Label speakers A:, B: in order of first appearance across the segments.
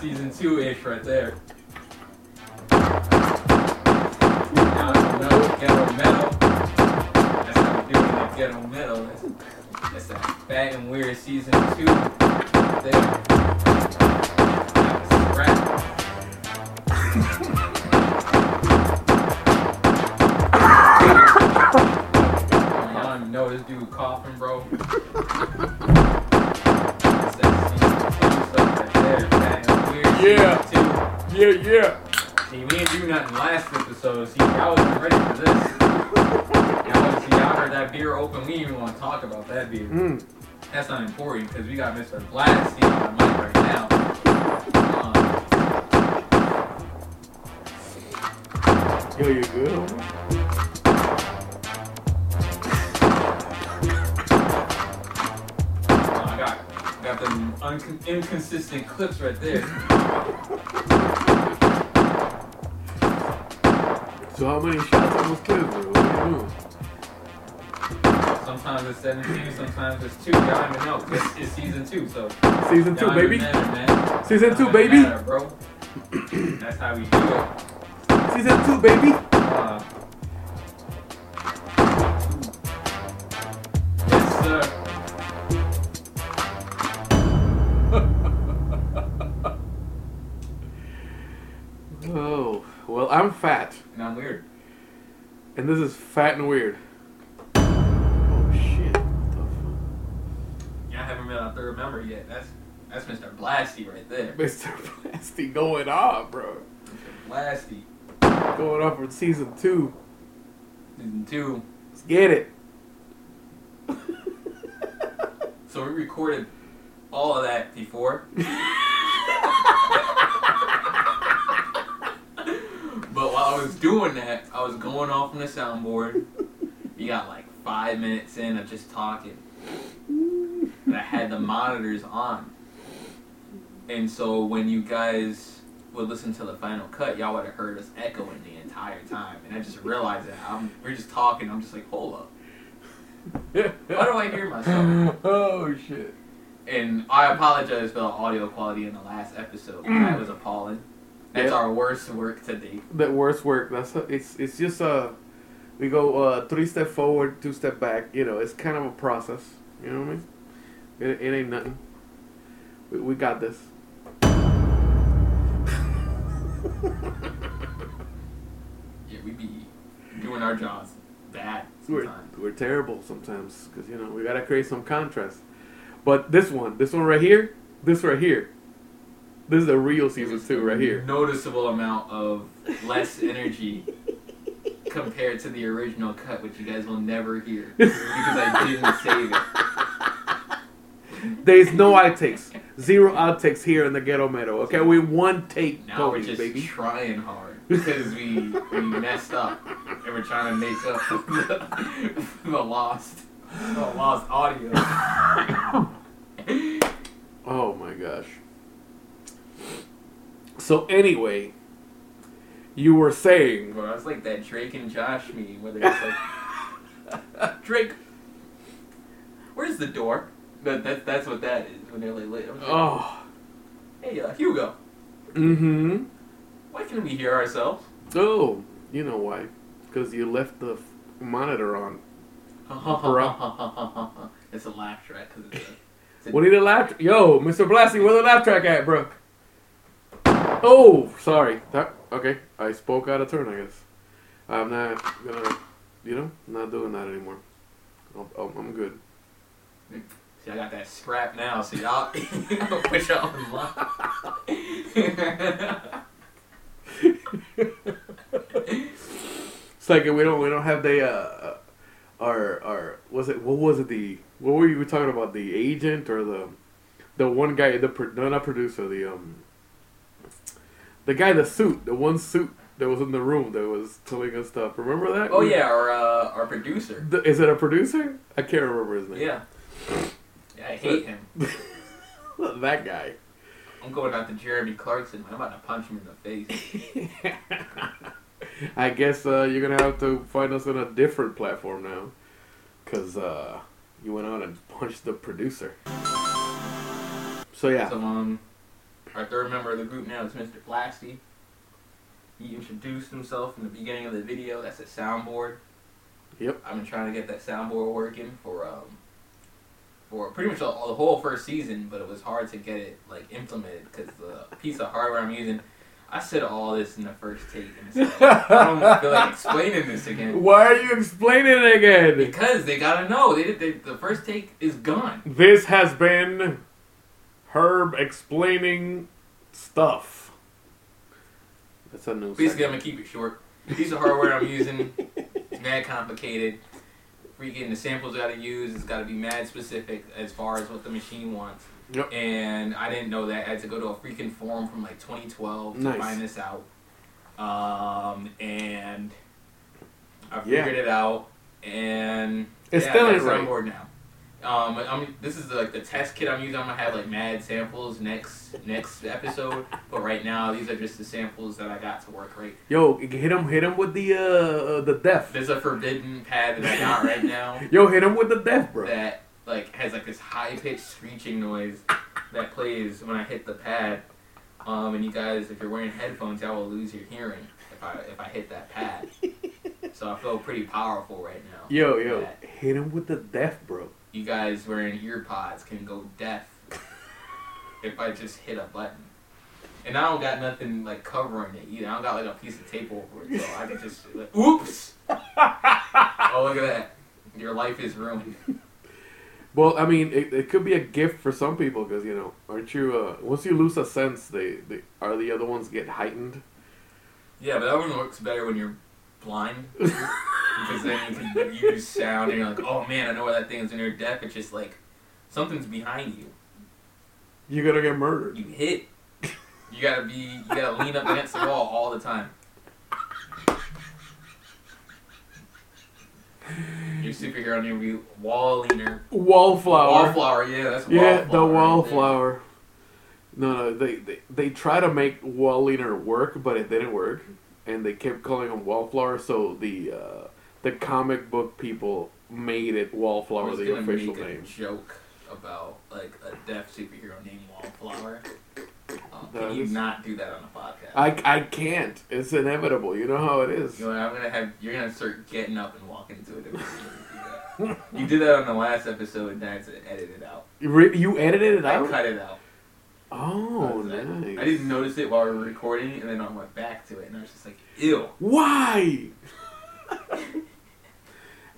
A: season two ish right there. Now it's another ghetto metal. That's how we do it in ghetto metal. That's, that's a fat and weird season two. Right there. That was rap. I don't even know this dude coughing, bro. That's that season two stuff right there. Fat and weird. season
B: Yeah.
A: two.
B: Yeah, yeah.
A: See, we didn't do nothing last episode. See, y'all wasn't ready for this. Y'all, see, y'all heard that beer open. We didn't even want to talk about that beer.
B: Mm.
A: That's not important because we got Mr. Blasty on the mic right now. Um,
B: Yo, you good? homie?
A: I got, got the uncon inconsistent clips right there.
B: So how many shots almost killed, bro? What are you doing?
A: Sometimes it's 17, sometimes it's 2. Y'all even know. It's, it's season 2, so.
B: Season two,
A: y'all even
B: baby.
A: Matter, man.
B: Season
A: Y'all
B: two,
A: even
B: baby.
A: Matter, bro. That's how we do it.
B: Season two, baby.
A: Uh, yes, sir.
B: Oh, well, I'm fat,
A: And I'm weird.
B: and this is fat and weird. Oh shit! What
A: Y'all haven't been on third member yet. That's that's Mr. Blasty right there.
B: the fuck? Mr. Plasty going off, bro.
A: Blasty.
B: Going off for season two.
A: Season two.
B: Let's get it.
A: So we recorded all of that before. but while I was doing that, I was going off on the soundboard. We got like five minutes in of just talking. And I had the monitors on. And so when you guys would listen to the final cut, y'all would have heard us echoing the entire time. And I just realized that I'm, we're just talking. I'm just like, hold up. Why do I hear myself?
B: oh shit!
A: And I apologize for the audio quality in the last episode. That was appalling. That's
B: Yeah.
A: our worst work to date.
B: That worst work. That's it's it's just uh, we go uh three step forward, two step back. You know, it's kind of a process. You know what I mean? It, it ain't nothing. We, we got this.
A: Yeah, we be doing our jobs bad
B: We're,
A: sometimes.
B: we're terrible sometimes because you know we gotta create some contrast. But this one, this one right here, this right here, this is the real season two right here.
A: Noticeable amount of less energy compared to the original cut, which you guys will never hear because I didn't save it.
B: There's no outtakes, zero outtakes here in the ghetto meadow. Okay, we one take
A: Now we're
B: going,
A: just
B: baby.
A: trying hard because we we messed up and we're trying to make up for the, for the lost the lost audio.
B: Oh my gosh. So anyway, you were saying
A: Bro, I was like that Drake and Josh meme where they're just like, Drake, where's the door? That, that, that's what that is when they're like, lit. I was like,
B: Oh
A: hey, uh, Hugo,
B: Mm-hmm.
A: why can't we hear ourselves?
B: Oh, you know why. Because you left the f- monitor on.
A: it's a laugh track because it's a.
B: We need a laugh. Tr- Yo, Mr. Blasty, where the laugh track at, bro? Oh, sorry. That okay. I spoke out of turn, I guess. I'm not gonna, you know, not doing that anymore. I'm, I'm- I'm good.
A: See, I got that scrap now, so y'all, I'm gonna put y'all in line.
B: It's like we don't we don't have the uh, our our was it what was it the what were you talking about the agent or the the one guy the pro, no, not producer the um the guy in the suit the one suit that was in the room that was telling us stuff remember that
A: oh, yeah, our, uh, our producer.
B: The- is it a producer I can't remember his name
A: Yeah. yeah. I hate him.
B: that guy
A: I'm going out to Jeremy Clarkson. I'm about to punch him in the face.
B: I guess uh, you're gonna have to find us on a different platform now, cause uh, you went out and punched the producer. So yeah,
A: So um, Our third member of the group now is Mr. Blasty. He introduced himself in the beginning of the video. That's a soundboard.
B: Yep.
A: I've been trying to get that soundboard working for um for pretty much all, the whole first season, but it was hard to get it like implemented because the piece of hardware I'm using. I said all this in the first take, and it's like, I don't feel like explaining this again.
B: Why are you explaining it again?
A: Because they gotta know. They, they the first take is gone.
B: This has been Herb explaining stuff. That's a new.
A: Basically, I'm gonna keep it short. Piece of hardware I'm using is mad complicated. Freaking the samples I gotta use, it's gotta be mad specific as far as what the machine wants.
B: Yep.
A: And I didn't know that. I had to go to a freaking forum from like 2012
B: Nice.
A: to find this out. Um, and I
B: Yeah.
A: figured it out. And
B: It's
A: yeah,
B: still
A: that's
B: ain't right.
A: on board now. Um, I'm, this is like the test kit I'm using. I'm gonna have like mad samples next next episode, but right now these are just the samples that I got to work right.
B: Yo, hit him, hit him with the uh the death.
A: There's a forbidden pad that I got right now
B: Yo, hit him with the death, bro.
A: that like has like this high pitched screeching noise that plays when I hit the pad. Um, and you guys, if you're wearing headphones, y'all will lose your hearing if I if I hit that pad. so I feel pretty powerful right now.
B: Yo, yo, hit him with the death, bro.
A: you guys wearing ear pods can go deaf if I just hit a button. And I don't got nothing like covering it either. I don't got like a piece of tape over it, so I can just like, oops. oh look at that! Your life is ruined.
B: Well, I mean, it, it could be a gift for some people because you know, aren't you? Uh, once you lose a sense, they, they are the other ones get heightened.
A: Yeah, but that one works better when you're blind because then you can you use sound and you're like, oh man, I know where that thing is. When you're deaf, it's just like something's behind you.
B: You're gonna get murdered.
A: You hit. You gotta be. You gotta lean up against the wall all the time. Your superhero name would be Wall Leaner.
B: Wallflower.
A: Wallflower. Yeah, that's
B: Yeah,
A: wallflower.
B: the
A: right
B: wallflower. No, no, they, they they try to make wall leaner work, but it didn't work, and they kept calling him wallflower. So the uh, the comic book people made it
A: there. I
B: wallflower
A: was
B: the
A: gonna
B: official
A: make a
B: name.
A: joke about like a deaf superhero named Wallflower. Um,
B: That
A: can you
B: is-
A: not do that on a podcast?
B: I I can't. It's inevitable. You know how it is.
A: You know, what, I'm gonna have you're gonna start getting up and walking to it. if You do that. You did that on the last episode, and I had to edit it out.
B: You, re- you edited it
A: I
B: out.
A: cut it out.
B: Oh,
A: I,
B: nice.
A: I didn't notice it while we were recording, and then I went back to it, and I was just like, ew.
B: Why?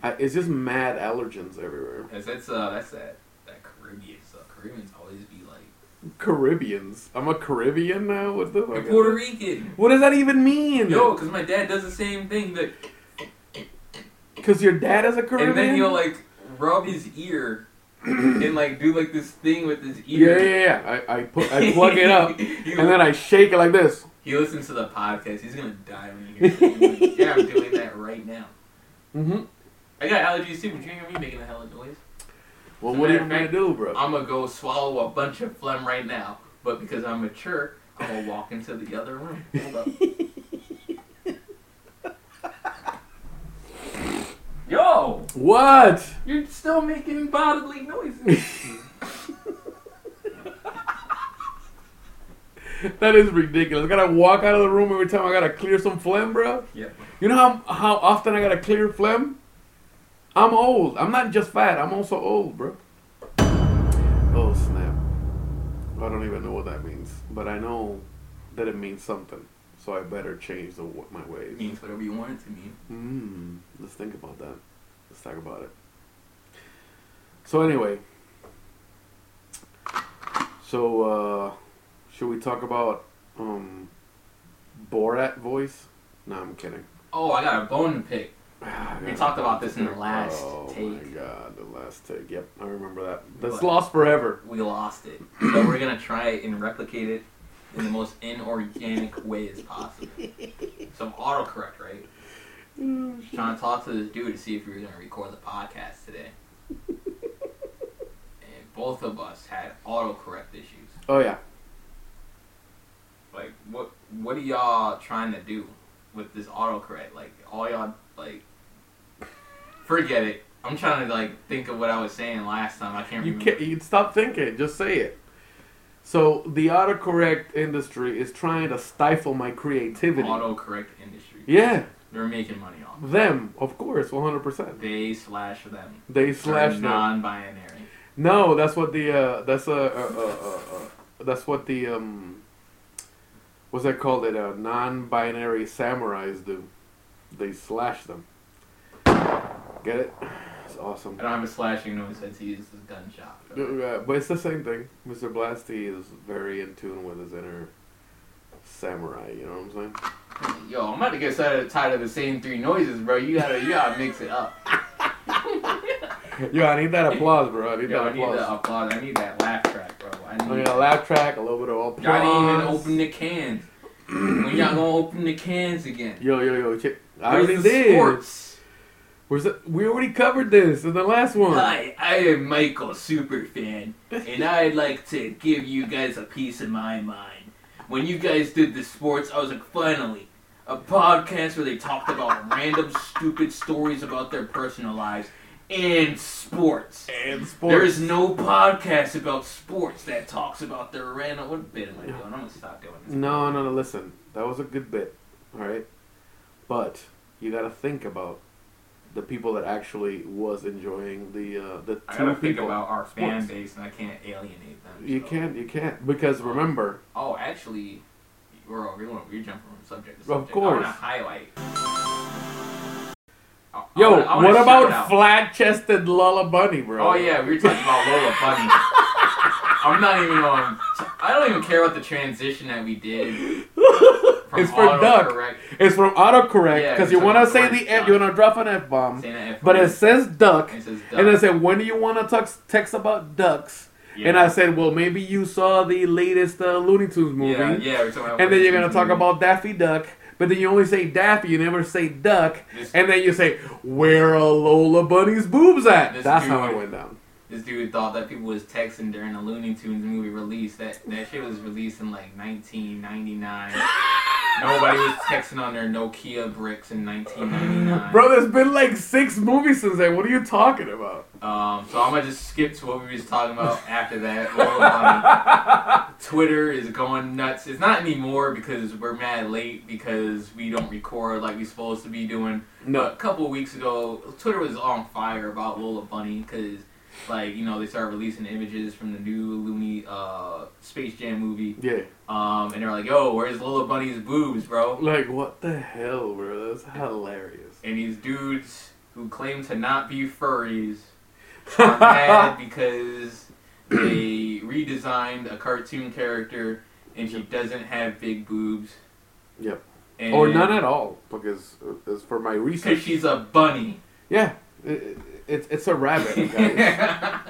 B: I, it's just mad allergens everywhere.
A: That's that's uh, that's that that Caribbean stuff. Caribbeans always be like
B: Caribbeans. I'm a Caribbean now. What the
A: you're
B: fuck?
A: Puerto Rican.
B: What does that even mean?
A: Yo, because my dad does the same thing, but
B: Because your dad is a Caribbean?
A: and then he'll like rub his ear and like do like this thing with his
B: yeah,
A: ear.
B: yeah, yeah. I, I, put, I plug it up
A: He
B: and then I shake it like this.
A: He listens to the podcast. He's gonna die when he hears it. He's like, yeah, I'm doing that right now.
B: Mm-hmm.
A: I got allergies too, but you hear me making a hell of noise.
B: Well,
A: As a
B: what are you
A: matter of
B: going to
A: fact,
B: do, bro?
A: I'm gonna go swallow a bunch of phlegm right now, but because I'm mature, I'm gonna walk into the other room. Hold up. Yo,
B: What?
A: you're still making bodily noises.
B: That is ridiculous. I gotta walk out of the room every time I gotta clear some phlegm, bro.
A: yep.
B: You know how, how often I gotta clear phlegm? I'm old. I'm not just fat, I'm also old, bro. Oh, snap. I don't even know what that means, but I know that it means something. So I better change the, w- my
A: It
B: ways.
A: means whatever you want it to mean.
B: Mm, let's think about that. Let's talk about it. So anyway, so uh, should we talk about um, Borat voice? No, I'm kidding.
A: Oh, I got a bone to pick. We talked about this in the last
B: oh my
A: take.
B: god, the last take. Yep, I remember that. That's
A: What?
B: lost forever.
A: We lost it, so we're gonna try and replicate it in the most inorganic way as possible. Some autocorrect, right? trying to talk to this dude to see if we were going to record the podcast today. and both of us had autocorrect issues.
B: Oh yeah.
A: Like, what what are y'all trying to do with this autocorrect? Like, all y'all, like, forget it. I'm trying to, like, think of what I was saying last time. I can't
B: You
A: remember.
B: can't. You stop thinking. Just say it. So the autocorrect industry is trying to stifle my creativity.
A: Autocorrect industry.
B: yeah,
A: They're making money off. it.
B: them, of course, 100%.
A: They slash them.
B: They slash
A: They're
B: them.
A: non-binary.
B: No, that's what the uh, that's uh, uh, uh, uh, uh that's what the um, what's that called? It uh, non-binary samurais do. They slash them. Get it? It's awesome.
A: I don't have a slashing noise since he uses gunshot.
B: Uh, but it's the same thing. Mr. Blasty is very in tune with his inner samurai. You know what I'm saying?
A: Yo, I'm about to get tired of, tired of the same three noises, bro. You gotta, you gotta mix it up.
B: Yo, I need that applause, bro. I need
A: Yo,
B: that
A: I need
B: applause.
A: that applause. I need that laugh track, bro. I
B: I
A: need.
B: need a laugh track, a little bit of applause.
A: Y'all didn't even open the cans. when y'all gonna open the cans again?
B: Yo, yo, yo! Check. I
A: Where's
B: already
A: the
B: did.
A: sports?
B: Where's the, we already covered this in the last one.
A: Hi, I am Michael Superfan, and I'd like to give you guys a piece of my mind. When you guys did the sports, I was like, finally, a podcast where they talked about random stupid stories about their personal lives and sports.
B: And sports.
A: There is no podcast about sports that talks about their random. What bit am I doing? I'm gonna stop doing this.
B: No, no, no. Listen, that was a good bit, all right. But you gotta think about the people that actually was enjoying the uh, the two
A: I gotta
B: people.
A: think about our fan
B: Sports.
A: base, and I can't alienate them.
B: you
A: so-
B: can't, you can't, because remember,
A: Oh, actually, we're all, we want we're jumping from subject to
B: Of
A: subject. I want
B: course.
A: to highlight. I- I
B: yo,
A: wanna- I wanna
B: what
A: shout
B: about
A: out-
B: flat-chested Lola Bunny, bro?
A: Oh yeah, we were talking about Lola Bunny. I'm not even on. I don't even care about the transition that we did. From
B: It's for duck.
A: autocorrect-
B: it's from autocorrect
A: Yeah,
B: because
A: it's
B: you wanna
A: autocorrect,
B: say the
A: yeah.
B: F, you wanna drop an F bomb,
A: saying that F
B: but
A: word,
B: it says duck,
A: and it says duck.
B: and I said, when do you wanna tux, text about ducks?
A: yeah.
B: And I said, well, maybe you saw the latest uh, Looney Tunes movie.
A: yeah, yeah, Mm-hmm. we're talking about
B: and then you're gonna
A: Looney
B: talk
A: Tunes.
B: about Daffy Duck, but then you only say Daffy, you never say Duck,
A: This-
B: and then you say where are Lola Bunny's boobs at?
A: This
B: That's
A: dude-
B: how it went down.
A: This dude thought that people was texting during the Looney Tunes movie release. That that shit was released in like 1999. Nobody was texting on their Nokia bricks in 1999.
B: Bro, there's been like six movies since then. What are you talking about?
A: Um, so I'm gonna just skip to what we was talking about after that. Or, um, Twitter is going nuts. It's not anymore because we're mad late because we don't record like we supposed to be doing. But a couple of weeks ago, Twitter was on fire about Lola Bunny because, like, you know, they started releasing images from the new Looney uh, Space Jam movie,
B: Yeah.
A: um, and they're like, "Yo, where's Lola Bunny's boobs, bro?"
B: Like what the hell, bro? That's hilarious.
A: And these dudes who claim to not be furries are mad because they redesigned a cartoon character and she doesn't have big boobs.
B: Yep.
A: And
B: Or none at all, because it's for my
A: Because
B: research.
A: she's a bunny.
B: Yeah. It, it, it's it's a rabbit, guys.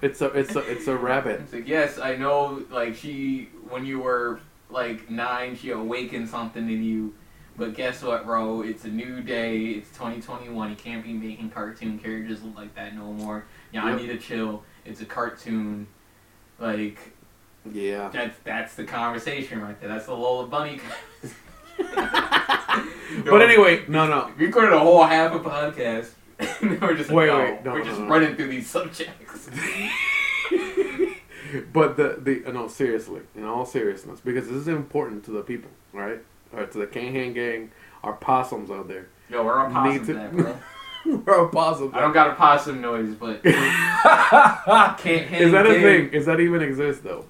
B: it's a it's a it's a rabbit.
A: It's like, yes, I know, like, she, when you were, like, nine, she awakened something in you. But guess what, bro? It's a new day. It's 2021. You can't be making cartoon characters look like that no more. Yeah, I
B: Yep.
A: need to chill. It's a cartoon. Like,
B: Yeah.
A: that's that's the conversation right there. That's the Lola Bunny conversation.
B: But anyway, no, no.
A: We recorded a whole half a podcast. and we're just like,
B: Wait,
A: no,
B: wait, no,
A: we're
B: no,
A: just
B: no.
A: running through these subjects.
B: But the the uh, no seriously, in all seriousness, because this is important to the people, right? All right, to the Canhan gang, our possums out there.
A: Yo, we're on
B: Need
A: possum
B: to-
A: that, bro.
B: our possums.
A: I don't got a possum noise, but can't hang
B: is that a
A: big.
B: thing? Is that even exist though?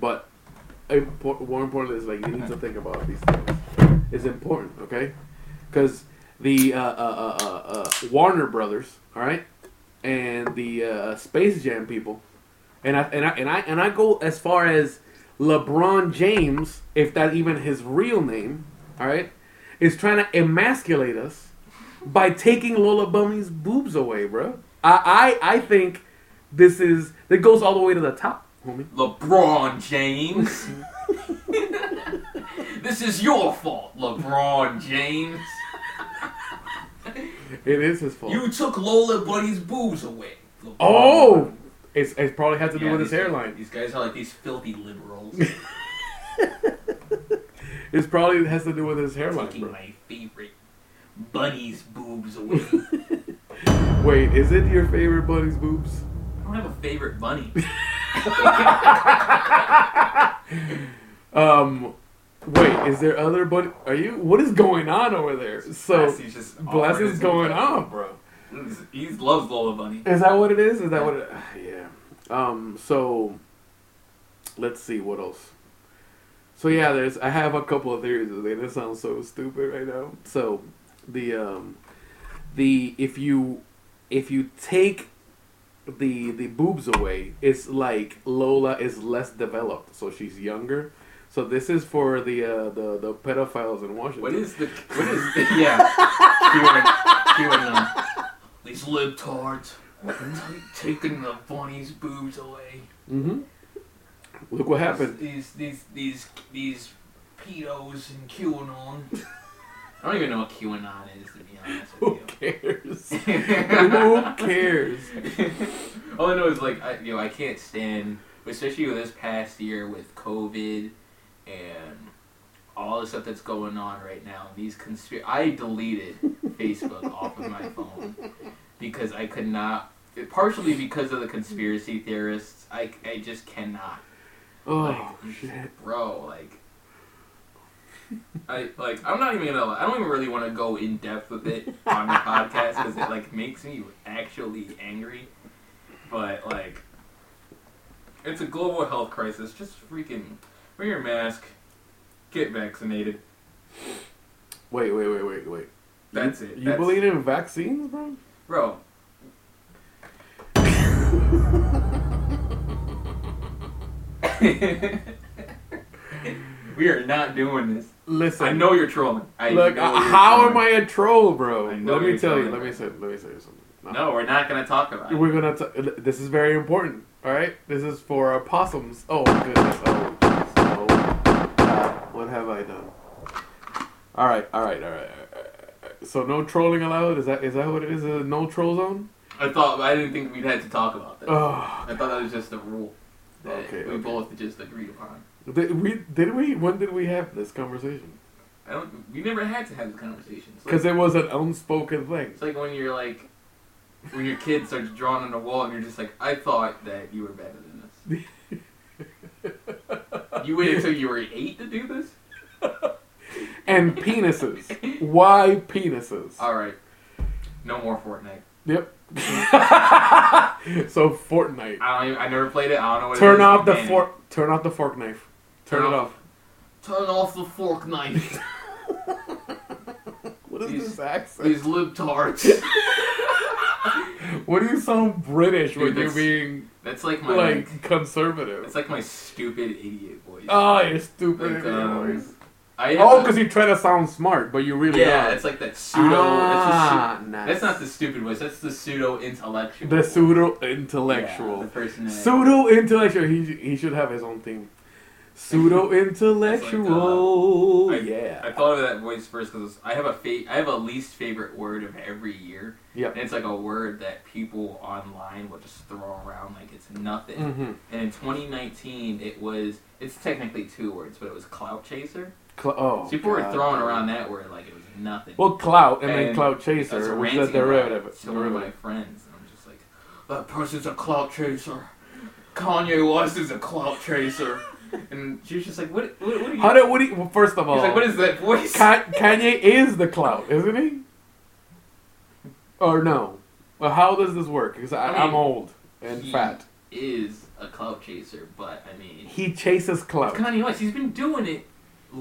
B: But impor- more important is like you need to think about these things. It's important, okay? Because the uh, uh, uh, uh, uh, Warner Brothers, all right, and the uh, Space Jam people, and I and I and I and I go as far as LeBron James, if that even his real name, all right, is trying to emasculate us by taking Lola Bunny's boobs away, bro. I, I I think this is that goes all the way to the top, homie.
A: LeBron James. this is your fault, LeBron James.
B: It is his fault.
A: You took Lola Bunny's boobs away. LeBron.
B: oh, it's it probably has to do
A: Yeah,
B: with his
A: these-
B: hairline.
A: These guys are like these filthy liberals
B: It's probably has to do with his hairline,
A: taking
B: bro.
A: my favorite bunny's boobs away.
B: Wait, is it your favorite bunny's boobs?
A: I don't have a favorite bunny.
B: Um, wait, is there other but are you what is going on over there? So
A: Blassie's just offering
B: Blassie's
A: his
B: going
A: love,
B: on.
A: bro. He's- He loves Lola Bunny.
B: Is that what it is? Is that what it ah, yeah. Um so let's see what else. So yeah, there's I have a couple of theories and it sounds so stupid right now. So the um the if you if you take the the boobs away, it's like Lola is less developed, so she's younger. So this is for the uh, the the pedophiles in Washington.
A: What is the? What is the? Yeah. He would, he would know. These libtards t- taking the bunny's boobs away.
B: Mm-hmm. Look what happened.
A: These these these these pedos and QAnon. I don't even know what QAnon is to be honest
B: Who
A: with
B: cares?
A: you.
B: Who cares?
A: All I know is like I you know I can't stand especially with this past year with COVID and all the stuff that's going on right now. These conspiracy I deleted Facebook off of my phone because I could not. Partially because of the conspiracy theorists, I, I just cannot
B: Oh shit!
A: bro, like, I like I'm not even gonna. I don't even really want to go in depth with it on the podcast because it like makes me actually angry. But like, it's a global health crisis. Just freaking wear your mask, get vaccinated.
B: Wait, wait, wait, wait, wait.
A: That's
B: you,
A: it.
B: You
A: That's-
B: believe in vaccines, bro?
A: bro? we are not doing this.
B: Listen,
A: I know you're trolling. I
B: Look,
A: know
B: uh,
A: you're
B: how am
A: trolling.
B: I a troll, bro?
A: I know
B: Let me
A: you're
B: tell you.
A: trolling.
B: Let me say. Let me say something.
A: No, we're not gonna talk about it.
B: We're gonna. T- this is very important. All right. This is for our possums. Oh goodness. Oh. goodness. oh. God, what have I done? All right. All right. All right. all right, all right. So no trolling allowed. Is that is that what it is? A no troll zone?
A: I thought I didn't think we'd had to talk about this.
B: Oh.
A: I thought that was just a rule that
B: Okay,
A: we
B: okay.
A: both just agreed upon.
B: Did we? Did we? When did we have this conversation?
A: I don't. We never had to have this conversation. It's like-
B: Because it was an unspoken thing.
A: it's like when you're like, when your kid starts drawing on the wall, and you're just like, I thought that you were better than this. you waited until you were eight to do this.
B: And penises. Why penises?
A: All right, no more Fortnite.
B: Yep. so Fortnite.
A: I don't. Even, I never played it. I don't know what. it
B: Turn
A: is.
B: off the
A: Man,
B: fork. Turn off the fork knife. Turn
A: Turn
B: it
A: off-
B: off.
A: Turn off the fork knife.
B: What is
A: These-
B: this accent?
A: These libtards.
B: What do you sound British
A: Dude,
B: when you're
A: that's
B: being
A: That's like my like,
B: like conservative?
A: It's like my stupid idiot voice.
B: oh, you're stupid.
A: Like,
B: idiot
A: um,
B: voice.
A: I
B: oh, because you try to sound smart, but you really
A: yeah,
B: are.
A: it's like that pseudo.
B: Ah,
A: that's, the,
B: nice.
A: that's not the stupid voice. That's the pseudo intellectual.
B: The pseudo
A: Yeah,
B: intellectual.
A: the person that,
B: pseudo intellectual. He he should have his own thing. Pseudo intellectual.
A: That's like, uh,
B: yeah.
A: I thought of that voice first because I have a fa- I have a least favorite word of every year,
B: yep.
A: and it's like a word that people online will just throw around like it's nothing.
B: Mm-hmm.
A: And in 2019, it was it's technically two words, but it was clout chaser.
B: Cl- oh,
A: So people were
B: God.
A: throwing around that word like it was nothing.
B: Well, clout and, then
A: And
B: clout
A: That's
B: chaser, which is
A: ranting
B: a
A: about
B: derivative.
A: it To one of my friends, and I'm just like, that person's a clout chaser. Kanye West is a clout chaser, and she was just like, what? What, what are you?
B: How did what? Do you, well, first of all,
A: He's like, what is that voice?
B: Ka- Kanye is the clout, isn't he? Or no? Well, how does this work? Because
A: I
B: I,
A: mean,
B: I'm old and
A: he-
B: fat.
A: is a clout chaser, but I mean,
B: He chases
A: it's
B: clout.
A: Kanye West. He's been doing it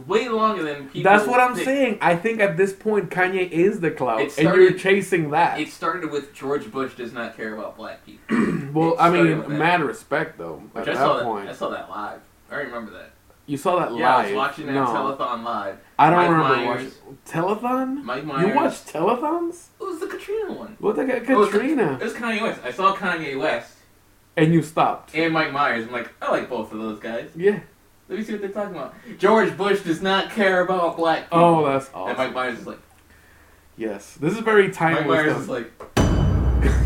A: way longer than people.
B: That's what I'm
A: think.
B: saying. I think at this point, Kanye is the clout,
A: It
B: and you're
A: started-
B: chasing that.
A: It started with George Bush does not care about black people.
B: well,
A: it
B: I
A: started with
B: mean,
A: that.
B: mad respect though.
A: Which
B: at
A: I saw
B: that point,
A: I saw that live. I remember that.
B: you saw that
A: Yeah,
B: live.
A: I was watching that
B: no,
A: telethon live.
B: I don't
A: Mike
B: remember
A: Myers.
B: watching telethon.
A: Mike Myers.
B: You watch telethons?
A: It was the Katrina one.
B: What the
A: It was-
B: Katrina?
A: It was Kanye West. I saw Kanye West
B: And you stopped.
A: and Mike Myers. I'm like, I like both of those guys.
B: Yeah.
A: Let me see what they're talking about. George Bush does not care about black people.
B: Oh, that's
A: and
B: awesome.
A: Mike Myers is like,
B: Yes, this is very
A: Mike Myers
B: timeless.
A: is
B: stuff.
A: like.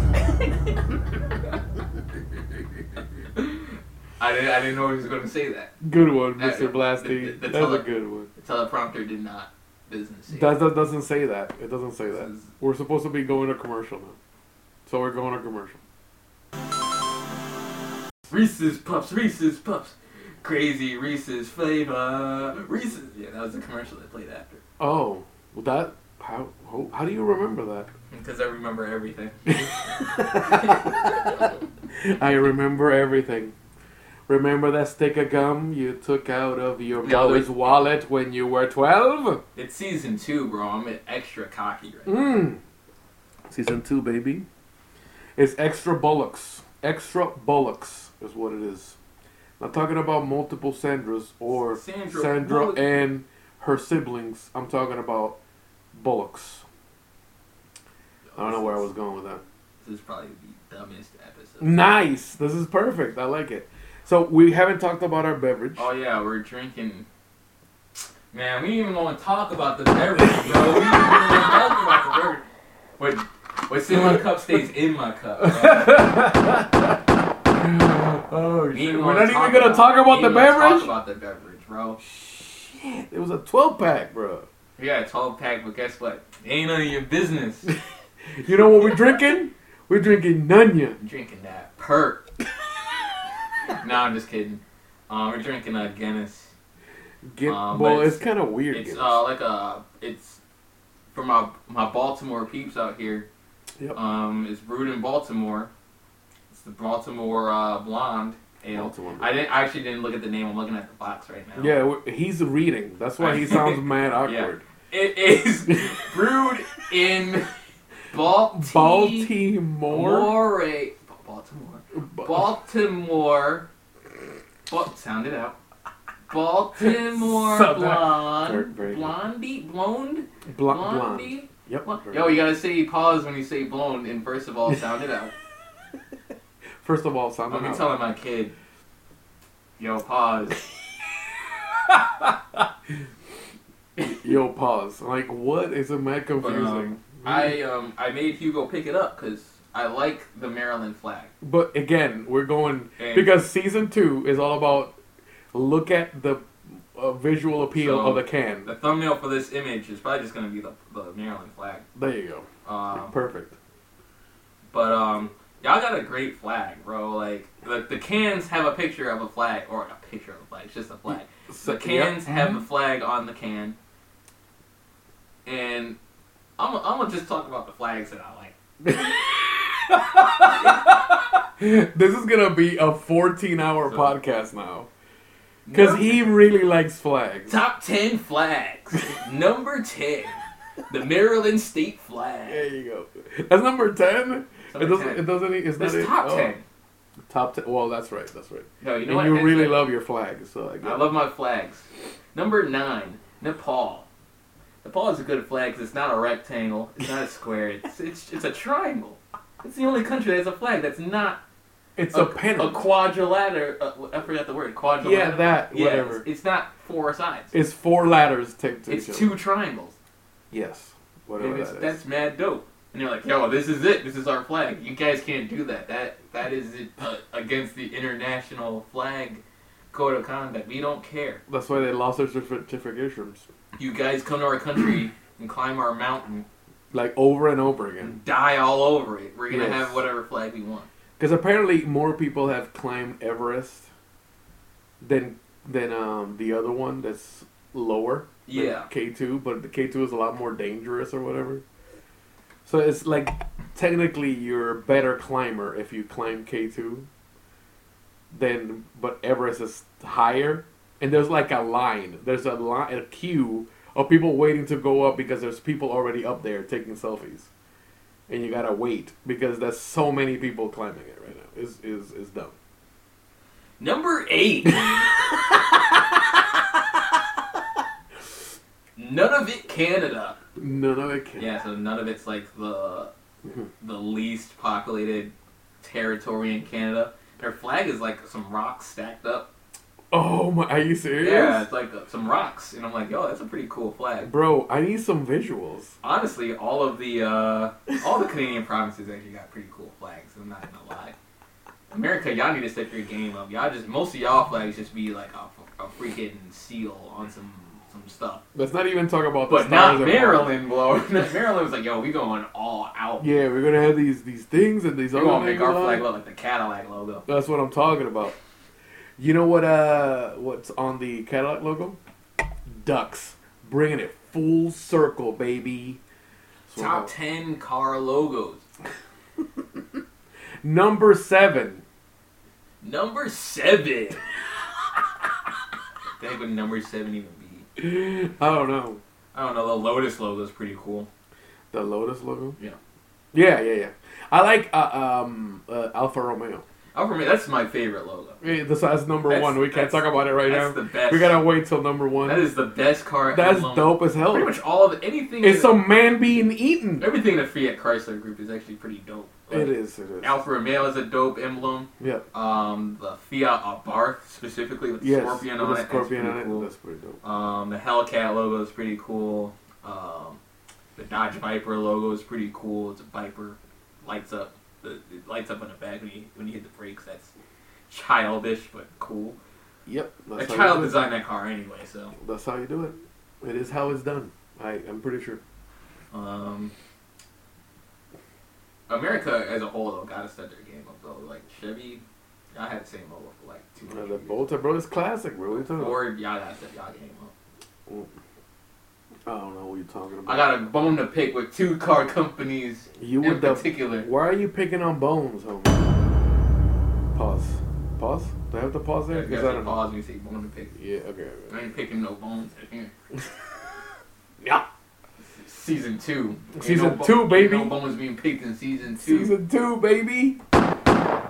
A: I didn't, I didn't know he was going to say that.
B: Good one,
A: Uh,
B: Mr. Blasty.
A: th- th-
B: That's a
A: tele-
B: good one.
A: The teleprompter did not business. it.
B: That, that doesn't say that. It doesn't say
A: This
B: that.
A: is-
B: We're supposed to be going to commercial now. So we're going to commercial.
A: Reese's Puffs, Reese's Puffs, crazy Reese's flavor, Reese's. Yeah, that was the commercial they played after.
B: Oh, well that how how, how do you remember
A: Because I remember everything.
B: that? I remember everything. Remember that stick of gum you took out of your
A: No,
B: mother's wallet when you were twelve?
A: It's season two, bro. I'm extra cocky right now.
B: Mm. Season two, baby. It's extra bullocks. Extra bullocks is what it is. Not talking about multiple Sandras or
A: Sandra
B: Sandra,
A: Bullock.
B: and her siblings. I'm talking about bullocks. I don't know where I was Mm. going with that.
A: This is probably the dumbest episode.
B: Nice. This is perfect. I like it. So we haven't talked about our beverage.
A: Oh yeah, we're drinking. Man, we didn't even want to talk about the beverage, bro. We didn't even want to talk about the beverage. What, what's in my cup stays in my cup. Bro.
B: oh
A: We
B: shit.
A: didn't
B: We're
A: wanna
B: not even
A: talk
B: gonna talk about
A: we
B: the
A: didn't wanna
B: beverage.
A: Talk about the beverage, bro.
B: Shit. It was a twelve pack, bro.
A: We got a 12 pack, but guess what? Ain't none of your business.
B: You know what we're drinking? We're drinking Nunya.
A: I'm drinking that perk. nah, I'm just kidding. Um, we're drinking a Guinness.
B: Get,
A: Um,
B: well,
A: but
B: it's, kind of weird.
A: It's
B: Guinness.
A: uh, like a it's for my my Baltimore peeps out here.
B: Yep.
A: Um, it's brewed in Baltimore. It's the Baltimore uh, Blonde Ale.
B: Baltimore.
A: I didn't I actually didn't look at the name. I'm looking at the box right now.
B: yeah, we- he's reading. That's why he sounds mad awkward.
A: It is brewed in Baltimore.
B: Baltimore.
A: Baltimore.
B: Ba-
A: Baltimore. Ba- sound it out. Baltimore
B: Sound that. Very-
A: blonde,
B: very good.
A: blondie, blonde,
B: Bl- blonde.
A: blondie.
B: Yep.
A: Yo, you gotta say pause when you say blown, and first of all, sound it out.
B: First of all,
A: I'm
B: sound it
A: gonna be
B: out.
A: telling my kid, yo, pause.
B: Yo, pause. Like, what is it mad
A: But,
B: confusing?
A: um, I um I made Hugo pick it up because I like the Maryland flag.
B: But again, we're going
A: And-
B: because season two is all about look at the uh, visual appeal
A: So-
B: of the can.
A: The thumbnail for this image is probably just gonna be the, the Maryland flag.
B: There you go.
A: Um,
B: Perfect.
A: But um, y'all got a great flag, bro. Like the, the cans have a picture of a flag, or a picture of a flag. It's just a Mm-hmm. flag.
B: So,
A: The cans have a flag on the can, and I'm I'm gonna just talk about the flags that I like.
B: yep. this is gonna be a 14-hour
A: So-
B: podcast now because he really likes flags.
A: top ten flags. Number ten, the Maryland state
B: There
A: flag.
B: you go. That's number ten.
A: It's
B: It
A: number
B: doesn't.
A: 10.
B: It doesn't. It's
A: That's
B: not it.
A: top
B: Oh,
A: ten.
B: Top ten. Well, that's right. That's right.
A: No, you know what?
B: and you
A: That's
B: really
A: it.
B: love your flag, so I, guess.
A: I love my flags. Number nine, Nepal. Nepal is a good flag because it's not a rectangle, it's not a square, it's, it's it's a triangle. It's the only country that has a flag that's not
B: It's
A: a,
B: a, pennant.
A: a quadrilateral. Uh, I forgot the word. Quadrilateral.
B: yeah, that.
A: Yeah,
B: Whatever.
A: It's, it's not four sides.
B: It's four ladders taped to
A: It's
B: each
A: two triangles.
B: other. Yes. Whatever
A: And it's,
B: that
A: that's mad dope. And they're like, yo, this is it. This is our flag. You guys can't do that. That that is it, uh, against the international flag code of conduct. We don't care.
B: is. That's why they lost their certifications.
A: You guys come to our country and climb our mountain
B: Like over and over again.
A: and die all over it. We're gonna
B: Yes.
A: have whatever flag we want.
B: Because apparently more people have climbed Everest than than um, the other one that's lower. like
A: Yeah.
B: K2, but the K2 is a lot more dangerous or whatever. So it's like technically you're a better climber if you climb K2 than but Everest is higher and there's like a line. There's a line a queue of people waiting to go up because there's people already up there taking selfies. And you gotta wait because there's so many people climbing it right now. Is is is dumb.
A: Number eight. none of it Canada.
B: None of it can.
A: Yeah, so none of it's like the
B: Mhm.
A: the least populated territory in Canada. Their flag is like some rocks stacked up.
B: Oh my! Are you serious?
A: Yeah, it's like uh, some rocks, and I'm like, yo, that's a pretty cool flag.
B: Bro, I need some visuals.
A: Honestly, all of the uh, all the Canadian provinces actually got pretty cool flags. I'm not gonna lie. America, y'all need to step your game up. Y'all just most of y'all flags just be like a, a freaking seal on some some stuff.
B: Let's not even talk about the
A: But not
B: stars and all.
A: Maryland, bro. Maryland was like, yo, we going all out.
B: Yeah, we're gonna have these these things and these
A: We're
B: other
A: gonna
B: things
A: make our
B: on.
A: flag look like the Cadillac logo.
B: That's what I'm talking about. You know what? Uh, what's on the Cadillac logo? Ducks, bringing it full circle, baby. That's what I'm
A: Top ten car logos.
B: about. number seven.
A: Number seven. That would number seven even be?
B: I don't know
A: I don't know. The Lotus logo is pretty cool.
B: the Lotus logo.
A: Yeah.
B: Yeah, yeah, yeah. I like uh, um uh, Alfa Romeo.
A: Oh, for me, that's my favorite logo.
B: Hey, This that's number
A: That's-
B: one. We
A: that's-
B: can't talk about it right now.
A: that's the best.
B: We gotta wait till number one.
A: That is the best car.
B: That's
A: emblem.
B: dope as hell.
A: Pretty much all of anything.
B: It's
A: in-
B: a man being eaten.
A: everything in the Fiat Chrysler Group is actually pretty dope.
B: It is. It is.
A: Alfa Romeo is a dope emblem.
B: Yeah.
A: Um, the Fiat Abarth specifically with the
B: Yes.
A: scorpion
B: with
A: on
B: a
A: it. that's
B: Scorpion
A: pretty
B: on it.
A: cool.
B: That's pretty dope.
A: Um, the Hellcat logo is pretty cool. Um, the Dodge Viper logo is pretty cool. It's a Viper, lights up. The, it lights up on the back when you when you hit the brakes. That's childish but cool.
B: Yep.
A: A
B: That's how
A: child
B: you do it.
A: designed that car anyway, so
B: That's how you do it. It is how it's done. I, I'm pretty sure.
A: Um, America as a whole though gotta set their game up though. Like Chevy, y'all had the same logo for like two.
B: Uh,
A: hundred
B: the
A: years.
B: Volta, bro, is classic, bro. What are you talking about?
A: Ford, y'all gotta set y'all game up.
B: I don't know what you're talking about.
A: I got a bone to pick with two car companies
B: you
A: in
B: with the.
A: particular.
B: Why are you picking on bones, homie? Pause. Pause? Do I have to pause there?
A: You guys
B: Because I
A: gotta
B: don't know.
A: pause when you say bone to pick.
B: Yeah, okay. okay.
A: I ain't picking no bones in here.
B: Yeah.
A: Season two. Ain't
B: Season
A: no bo-
B: two,
A: ain't
B: baby.
A: no bones being picked in season two.
B: Season two, baby.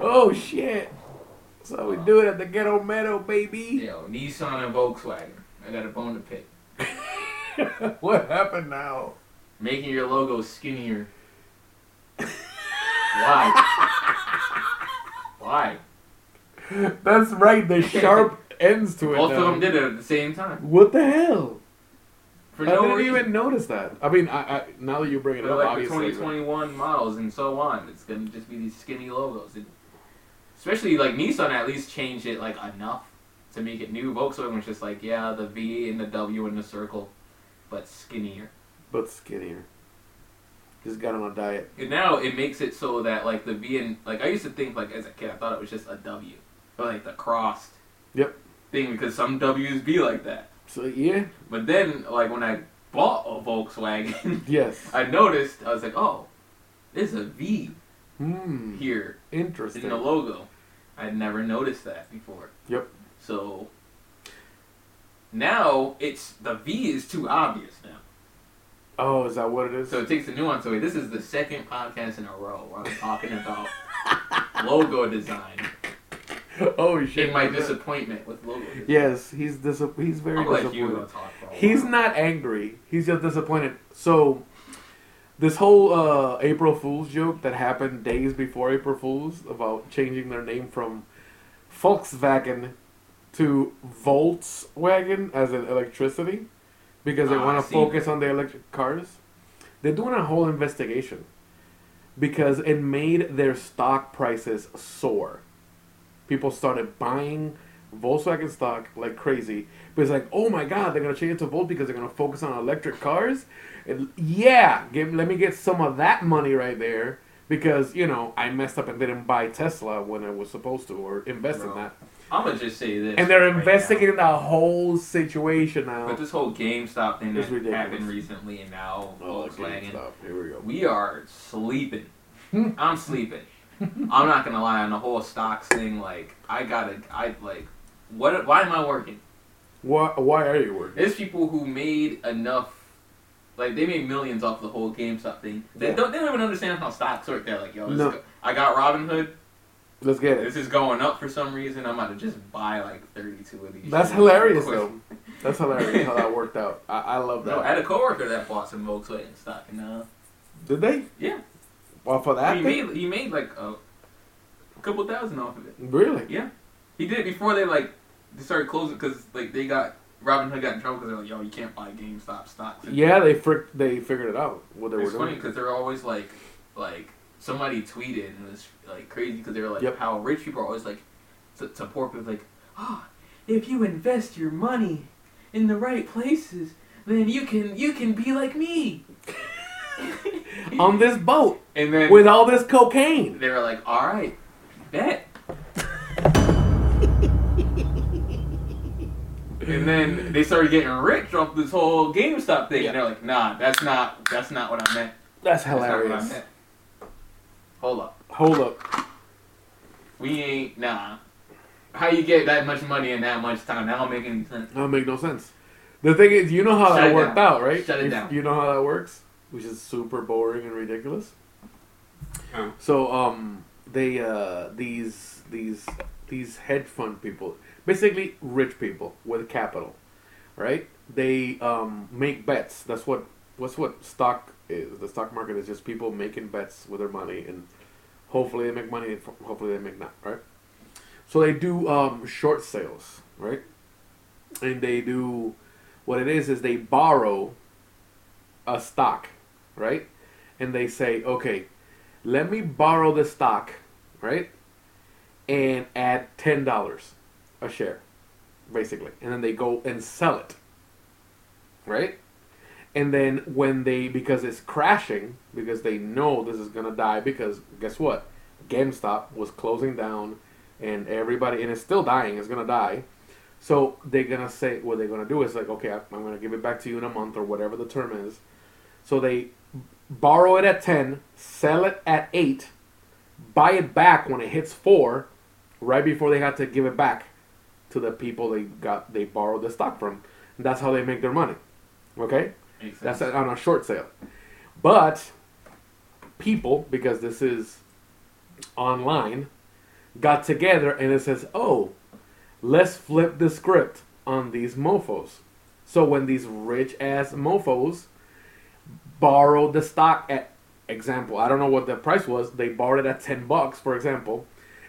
B: Oh, shit. That's how we do it at the Ghetto Meadow, baby.
A: Yo, Nissan and Volkswagen. I got a bone to pick.
B: what happened now?
A: Making your logo skinnier. Why? Why?
B: That's right, the sharp ends to it.
A: Both of
B: now.
A: them did it at the same time.
B: What the hell?
A: For
B: I
A: no
B: didn't
A: reason.
B: even notice that. I mean, I, I now that you bring it
A: They're
B: up,
A: like the
B: obviously.
A: 2021 models and so on. It's gonna just be these skinny logos. And especially like Nissan at least changed it like enough to make it new. Volkswagen was just like, yeah, the V and the W in the circle, but skinnier.
B: but skinnier. Just got on a diet.
A: And now it makes it so that like the V and like I used to think like as a kid I thought it was just a W, but like the crossed
B: Yep.
A: thing because some W's be like that.
B: So yeah,
A: But then like when I bought a Volkswagen,
B: yes.
A: I noticed I was like, oh, there's a V
B: Hmm.
A: here in
B: Interesting.
A: the logo. I'd never noticed that before.
B: Yep.
A: So now it's the V is too obvious now.
B: Oh, is that what it is?
A: So it takes the nuance away. This is the second podcast in a row where I'm talking about logo design
B: oh shit.
A: in my disappointment with logo design.
B: Yes, he's dis- He's very
A: I'm like you
B: disappointed.
A: to talk for a
B: He's
A: while.
B: not angry. He's just disappointed. So. This whole uh, April Fool's joke that happened days before April Fool's about changing their name from Volkswagen to Volkswagen as in electricity because they
A: Ah, I
B: want to
A: see.
B: focus on the electric cars. They're doing a whole investigation because it made their stock prices soar. People started buying Volkswagen stock like crazy because like, oh my god, they're gonna change it to Volt because they're gonna focus on electric cars. And yeah, give, let me get some of that money right there because you know I messed up and didn't buy Tesla when I was supposed to or invest in
A: Bro.
B: that.
A: I'm gonna just say this.
B: And they're
A: right now.
B: investigating the whole situation now.
A: But this whole GameStop thing
B: It's
A: that happened
B: ridiculous. Oh,
A: recently and now Volkswagen.
B: Here we go.
A: We are sleeping.
B: Hmm.
A: I'm sleeping. I'm not gonna lie on the whole stocks thing. Like I gotta, I like, what? Why am I working?
B: Why, why are you working?
A: There's people who made enough, like they made millions off the whole GameStop thing. They
B: Yeah.
A: don't, they don't even understand how stocks work. They're like, yo, this
B: No.
A: is go- I got Robinhood.
B: Let's get it.
A: This is going up for some reason. I'm about to just buy like 32 of these.
B: That's
A: shits
B: hilarious,
A: quick.
B: though. That's hilarious how that worked out. I, I love
A: No, I
B: that.
A: had a coworker that bought some Volkswagen stock, and uh,
B: Did they?
A: yeah,
B: Well, for that
A: he
B: thing?
A: made he made like a couple thousand off of it.
B: Really?
A: Yeah, he did it before they like they started closing because like they got Robin Hood got in trouble because they're like, yo, you can't buy GameStop stocks. And
B: Yeah, they frick, they figured it out what they
A: it's
B: were
A: funny
B: doing.
A: because they're always like, like somebody tweeted and it was like crazy because they were like,
B: Yep.
A: how rich people are always like, to, to poor people like, ah, if you invest your money in the right places, then you can you can be like me.
B: on this boat
A: and then
B: with all this cocaine.
A: they were like, all right, bet. and then they started getting rich off this whole GameStop thing.
B: Yeah.
A: And they're like, nah, that's not that's not what I meant.
B: That's
A: That's not what I
B: hilarious.
A: meant. Hold up.
B: Hold up.
A: We ain't nah. How you get that much money in that much time? That don't make any sense.
B: That don't make no sense. The thing is, you know how
A: Shut
B: that
A: it
B: worked
A: down.
B: out, right?
A: Shut it
B: You-
A: down.
B: You know how that works, which is super boring and ridiculous.
A: Huh.
B: So, um, they uh, these these these hedge fund people, basically rich people with capital, right? They um, make bets. That's what what's what stock is. The stock market is just people making bets with their money, and hopefully they make money. and fo- Hopefully they make not, right? So they do um, short sales, right? And they do what it is is they borrow a stock, right? And they say, okay, let me borrow the stock, right? And add ten dollars a share, basically, and then they go and sell it, right? And then when they because it's crashing because they know this is gonna die because guess what, GameStop was closing down, and everybody and it's still dying. It's gonna die. So they're gonna say what they're gonna do is like, okay, I'm I'm gonna give it back to you in a month or whatever the term is. So they borrow it at ten, sell it at eight, buy it back when it hits four, right before they had to give it back to the people they got they borrowed the stock from. And that's how they make their money. Okay,
A: Makes sense.
B: that's on a short sale. But people, because this is online, got together and it says, oh, let's flip the script on these mofos. So when these rich ass mofos borrowed the stock at, example, I don't know what the price was, they borrowed it at 10 bucks, for example,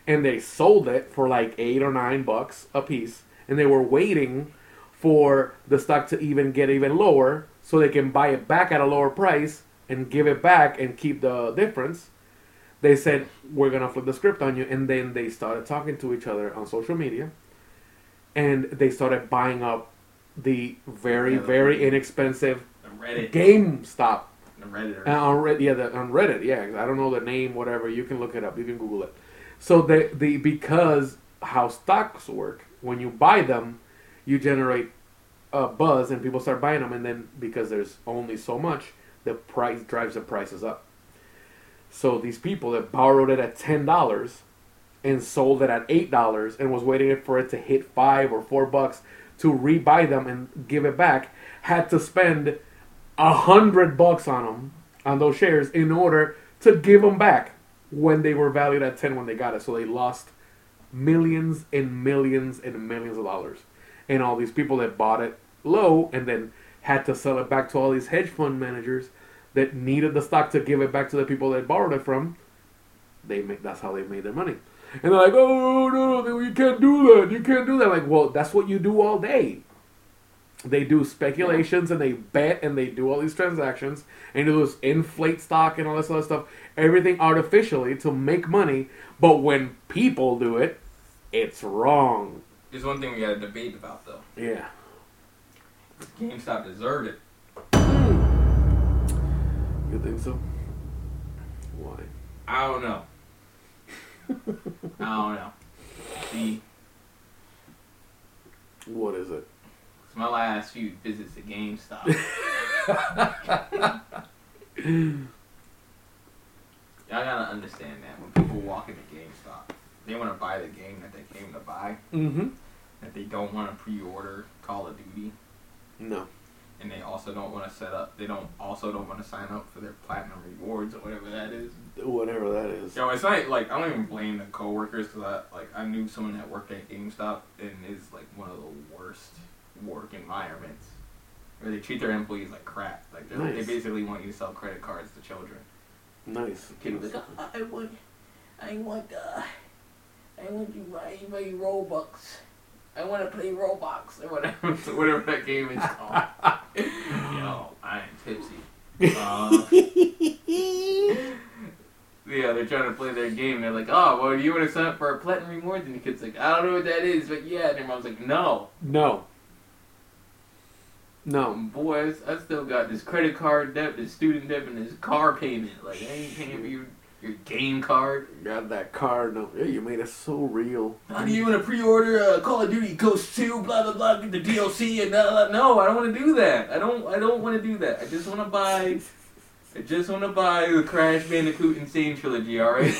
B: and they sold it for like 8 or 9 bucks a piece, and they were waiting for the stock to even get even lower so they can buy it back at a lower price and give it back and keep the difference they said we're gonna flip the script on you and then they started talking to each other on social media and they started buying up the very
A: Yeah, the-
B: very inexpensive
A: the Reddit.
B: GameStop
A: The Redditor.
B: uh, on Reddit, yeah, the, on Reddit, yeah. I don't know the name, whatever. You can look it up. You can Google it. So the the because how stocks work, when you buy them, you generate a buzz, and people start buying them, and then because there's only so much, the price drives the prices up. So these people that borrowed it at ten dollars and sold it at eight dollars and was waiting for it to hit five or four bucks to rebuy them and give it back had to spend a hundred bucks on them on those shares in order to give them back when they were valued at ten when they got it. So they lost millions and millions and millions of dollars, and all these people that bought it low and then had to sell it back to all these hedge fund managers that needed the stock to give it back to the people that borrowed it from. They make that's how they made their money. And they're like, oh no, no, you can't do that. You can't do that. Like, well, that's what you do all day they do speculations and they bet and they do all these transactions and do this inflate stock and all this other stuff, everything artificially to make money. But when people do it, it's wrong.
A: There's one thing we got to debate about though.
B: Yeah.
A: GameStop deserved it.
B: Hmm. You think so? Why?
A: I don't know. I don't know. See,
B: What is it?
A: 'cause my last few visits to GameStop, y'all gotta understand that when people walk into GameStop, they want to buy the game that they came to buy,
B: Mm-hmm.
A: that they don't want to pre-order Call of Duty,
B: No.
A: and they also don't want to set up. They don't also don't want to sign up for their platinum rewards or whatever that is.
B: Whatever that is.
A: Yo, it's not like I don't even blame the coworkers because I like I knew someone that worked at GameStop and is like one of the worst work environments where they treat their employees like crap. Like they're they
B: Nice.
A: basically want you to sell credit cards to children.
B: Nice.
A: The kid was like, "Oh, I want, I want, uh, I want you buy my Robux. I want to play Roblox or whatever, whatever that game is called. Yo, I am tipsy. Uh, yeah, they're trying to play their game. They're like, oh, well, you want to sign up for our platinum rewards? And the kid's like, I don't know what that is, but yeah. And their mom's like, no.
B: No. No.
A: Boy, um, I, I still got this credit card debt, this student debt, and this car payment. Like, I ain't paying for your, your game card.
B: Got that car. No. Yeah, you made it so real.
A: How do you want to pre-order uh, Call of Duty Ghost 2, blah, blah, blah, get the DLC, and blah, blah. No, I don't want to do that. I don't, I don't want to do that. I just want to buy... I just want to buy the Crash Bandicoot Insane Trilogy, alright?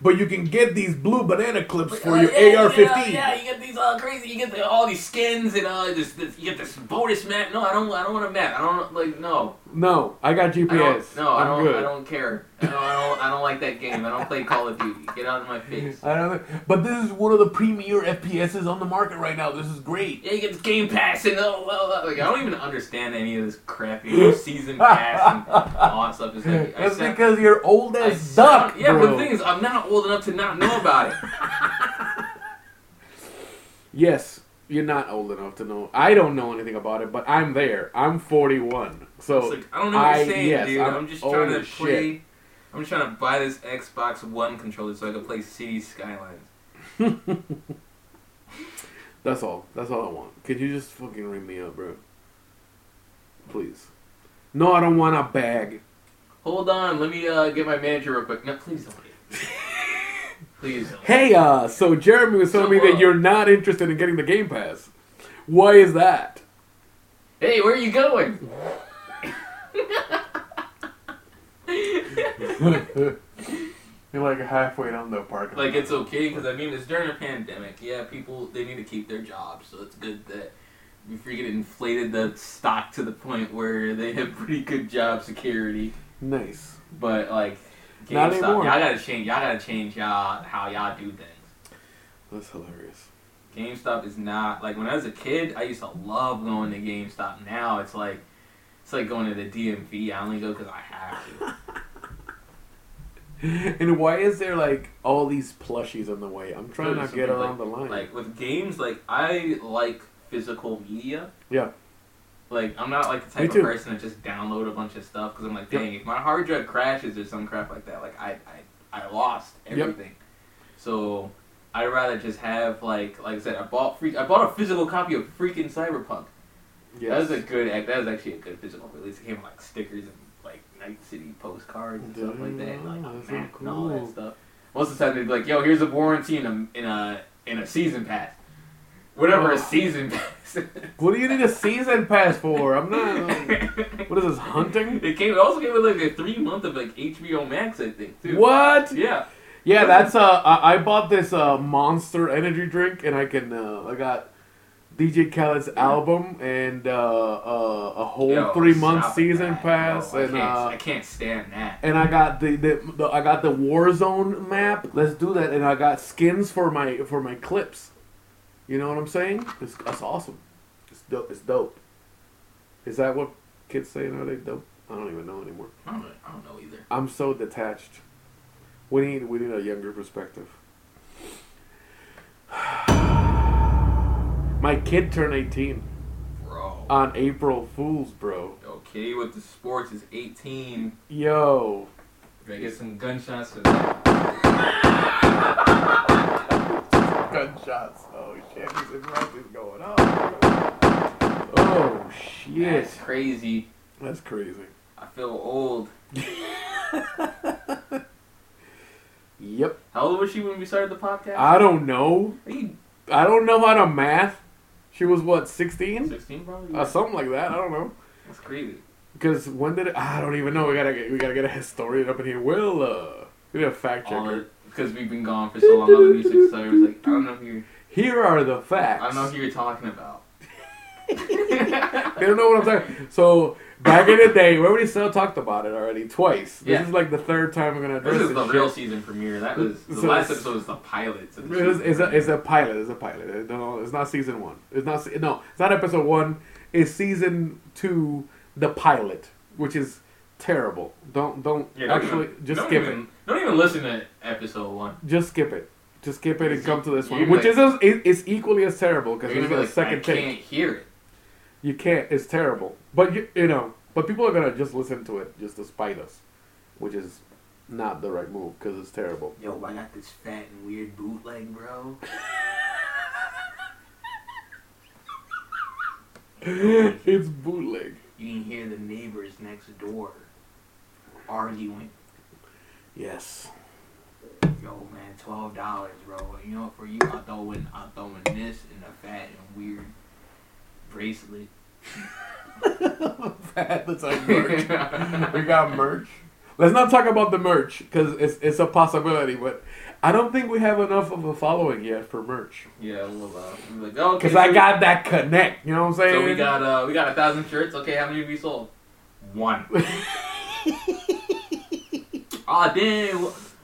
B: But you can get these blue banana clips for
A: Uh,
B: your
A: yeah,
B: AR-15.
A: Yeah, yeah, you get these all crazy. You get the, all these skins and all this, this. You get this bonus map. No, I don't. I don't want a map. I don't like. No.
B: No, I got
A: I don't,
B: GPS.
A: no, I
B: I'm
A: don't.
B: Good.
A: I don't care. I don't, I don't. I don't like that game. I don't play Call of Duty. Get out of my face.
B: I don't. But this is one of the premier FPSs on the market right now. This is great.
A: Yeah, you get the Game Pass and all. all- all- Like, I don't even understand any of this crappy season pass and all that stuff. It's like, I
B: That's
A: sound-
B: because you're old
A: I
B: as
A: sound-
B: duck,
A: Yeah,
B: bro.
A: but the thing is, I'm not old enough to not know about it.
B: Yes, you're not old enough to know. I don't know anything about it, but I'm there. I'm 41.
A: It's
B: So
A: like, I don't know what
B: I-
A: you're saying,
B: yes,
A: dude.
B: I'm
A: I'm, just
B: old
A: trying to
B: as shit.
A: play. I'm just trying to buy this Xbox One controller so I can play City Skylines.
B: that's all. That's all I want. Could you just fucking ring me up, bro? Please. No, I don't want a bag.
A: Hold on, let me uh, get my manager real quick. No, please don't. please don't.
B: Hey, uh, so Jeremy was telling
A: So,
B: me
A: uh,
B: that you're not interested in getting the Game Pass. Why is that?
A: Hey, where are you going?
B: you're like halfway down the park.
A: Like it's okay because I mean it's during a pandemic. Yeah, people they need to keep their jobs, so it's good that we freaking inflated the stock to the point where they have pretty good job security.
B: nice.
A: But like,
B: Not
A: GameStop, y'all
B: anymore.
A: gotta change. Y'all gotta change y'all how y'all do things.
B: That's hilarious.
A: GameStop is not like when I was a kid. I used to love going to GameStop. Now it's like it's like going to the DMV. I only go because I have to.
B: And why is there like all these plushies on the way? I'm trying
A: Dude,
B: not to get
A: something
B: around the line.
A: Like with games, like I like physical media.
B: Yeah.
A: Like I'm not like the
B: Me
A: type
B: too.
A: of person to just download a bunch of stuff because I'm like, dang, if my hard drive crashes or some crap like that, like I I, I lost
B: Yep.
A: everything. So I'd rather just have like like I said, I bought free, I bought a physical copy of freaking Cyberpunk. That
B: yes.
A: was a good. act- That was actually a good physical release. It came with like stickers and like Night City postcards and stuff like that, and like
B: Wow,
A: a
B: that's so
A: map and all that
B: cool.
A: stuff. Most of the time, they'd be like, "Yo, here's a warranty in a in a in a season pass, whatever
B: Oh.
A: a season pass." is."
B: what do you need a season pass for? I'm not. um,
A: it
B: what is this hunting?
A: came. It also came with like a three month of like HBO Max, I think. Too.
B: What?
A: Yeah.
B: Yeah, that's uh, I, I bought this uh, monster energy drink, and I can uh, I got DJ Khaled's album and uh, uh, a whole
A: Yo,
B: three month
A: stop
B: season
A: that.
B: pass,
A: No, I
B: and
A: can't,
B: uh,
A: I can't stand that.
B: and I got the, the, the I got the Warzone map. Let's do that. And I got skins for my for my clips. You know what I'm saying? It's, that's awesome. It's dope. It's dope. Is that what kids say nowadays? Dope. I don't even know anymore.
A: I don't, I don't know either.
B: I'm so detached. We need we need a younger perspective. My kid turned 18
A: Bro.
B: on April Fools, bro.
A: okay, with the sports is 18.
B: Yo,
A: Better get some gunshots for that.
B: gunshots. Oh shit, this rock is going up. Oh shit,
A: That's crazy.
B: that's crazy.
A: I feel old.
B: Yep.
A: How old was she when we started the podcast?
B: I don't know.
A: Are you
B: I don't know how to math. She was what 16?
A: 16 probably?
B: Uh, something like that. I don't know.
A: That's crazy.
B: Because when did it, I don't even know. We gotta get, we gotta get a historian up in here. Will uh, we need a fact checker.
A: Because we've been gone for so long, all the music started. was like, I don't know who you're,
B: Here are the
A: I
B: facts.
A: don't know who you're talking about.
B: They don't know what I'm talking. So back in the day, we already still talked about it already twice. This
A: Yeah.
B: is like the third time we're gonna address
A: this is the
B: shit.
A: real season premiere. That was the
B: So
A: last
B: it's-
A: episode was the pilot. So this is-
B: It's, it's, a, it's a pilot. It's a pilot. It- No, it's not season one. It's not. se- No, it's not episode one. It's season two, the pilot, which is terrible. Don't don't
A: Yeah, don't
B: actually
A: even-
B: just
A: don't
B: skip
A: even,
B: it.
A: Don't even listen to episode one.
B: Just skip it. Just skip it and
A: Is
B: come
A: it-
B: to this one,
A: you're
B: which
A: like-
B: is as, it, it's equally as terrible
A: You're
B: because
A: gonna
B: it's
A: be
B: a
A: like, I
B: second take.
A: can't hear it.
B: You can't. It's terrible. But you you know. But people are gonna just listen to it just to spite us, which is not the right move because it's terrible.
A: Yo, I got this fat and weird bootleg, bro.
B: it's bootleg.
A: You can hear the neighbors next door arguing.
B: Yes.
A: Yo, man, twelve dollars, bro. You know, for you, I throw in, I throw in this and a fat and weird bracelet.
B: That's our merch. we got merch. Let's not talk about the merch because it's it's a possibility, but I don't think we have enough of a following yet for merch.
A: Yeah, well, uh, I'm like, oh, okay.
B: Because I
A: so-
B: got that connect. You know what I'm saying?
A: So we got uh, we got a thousand shirts. Okay, how many have we sold? One. Aw, Ah, damn.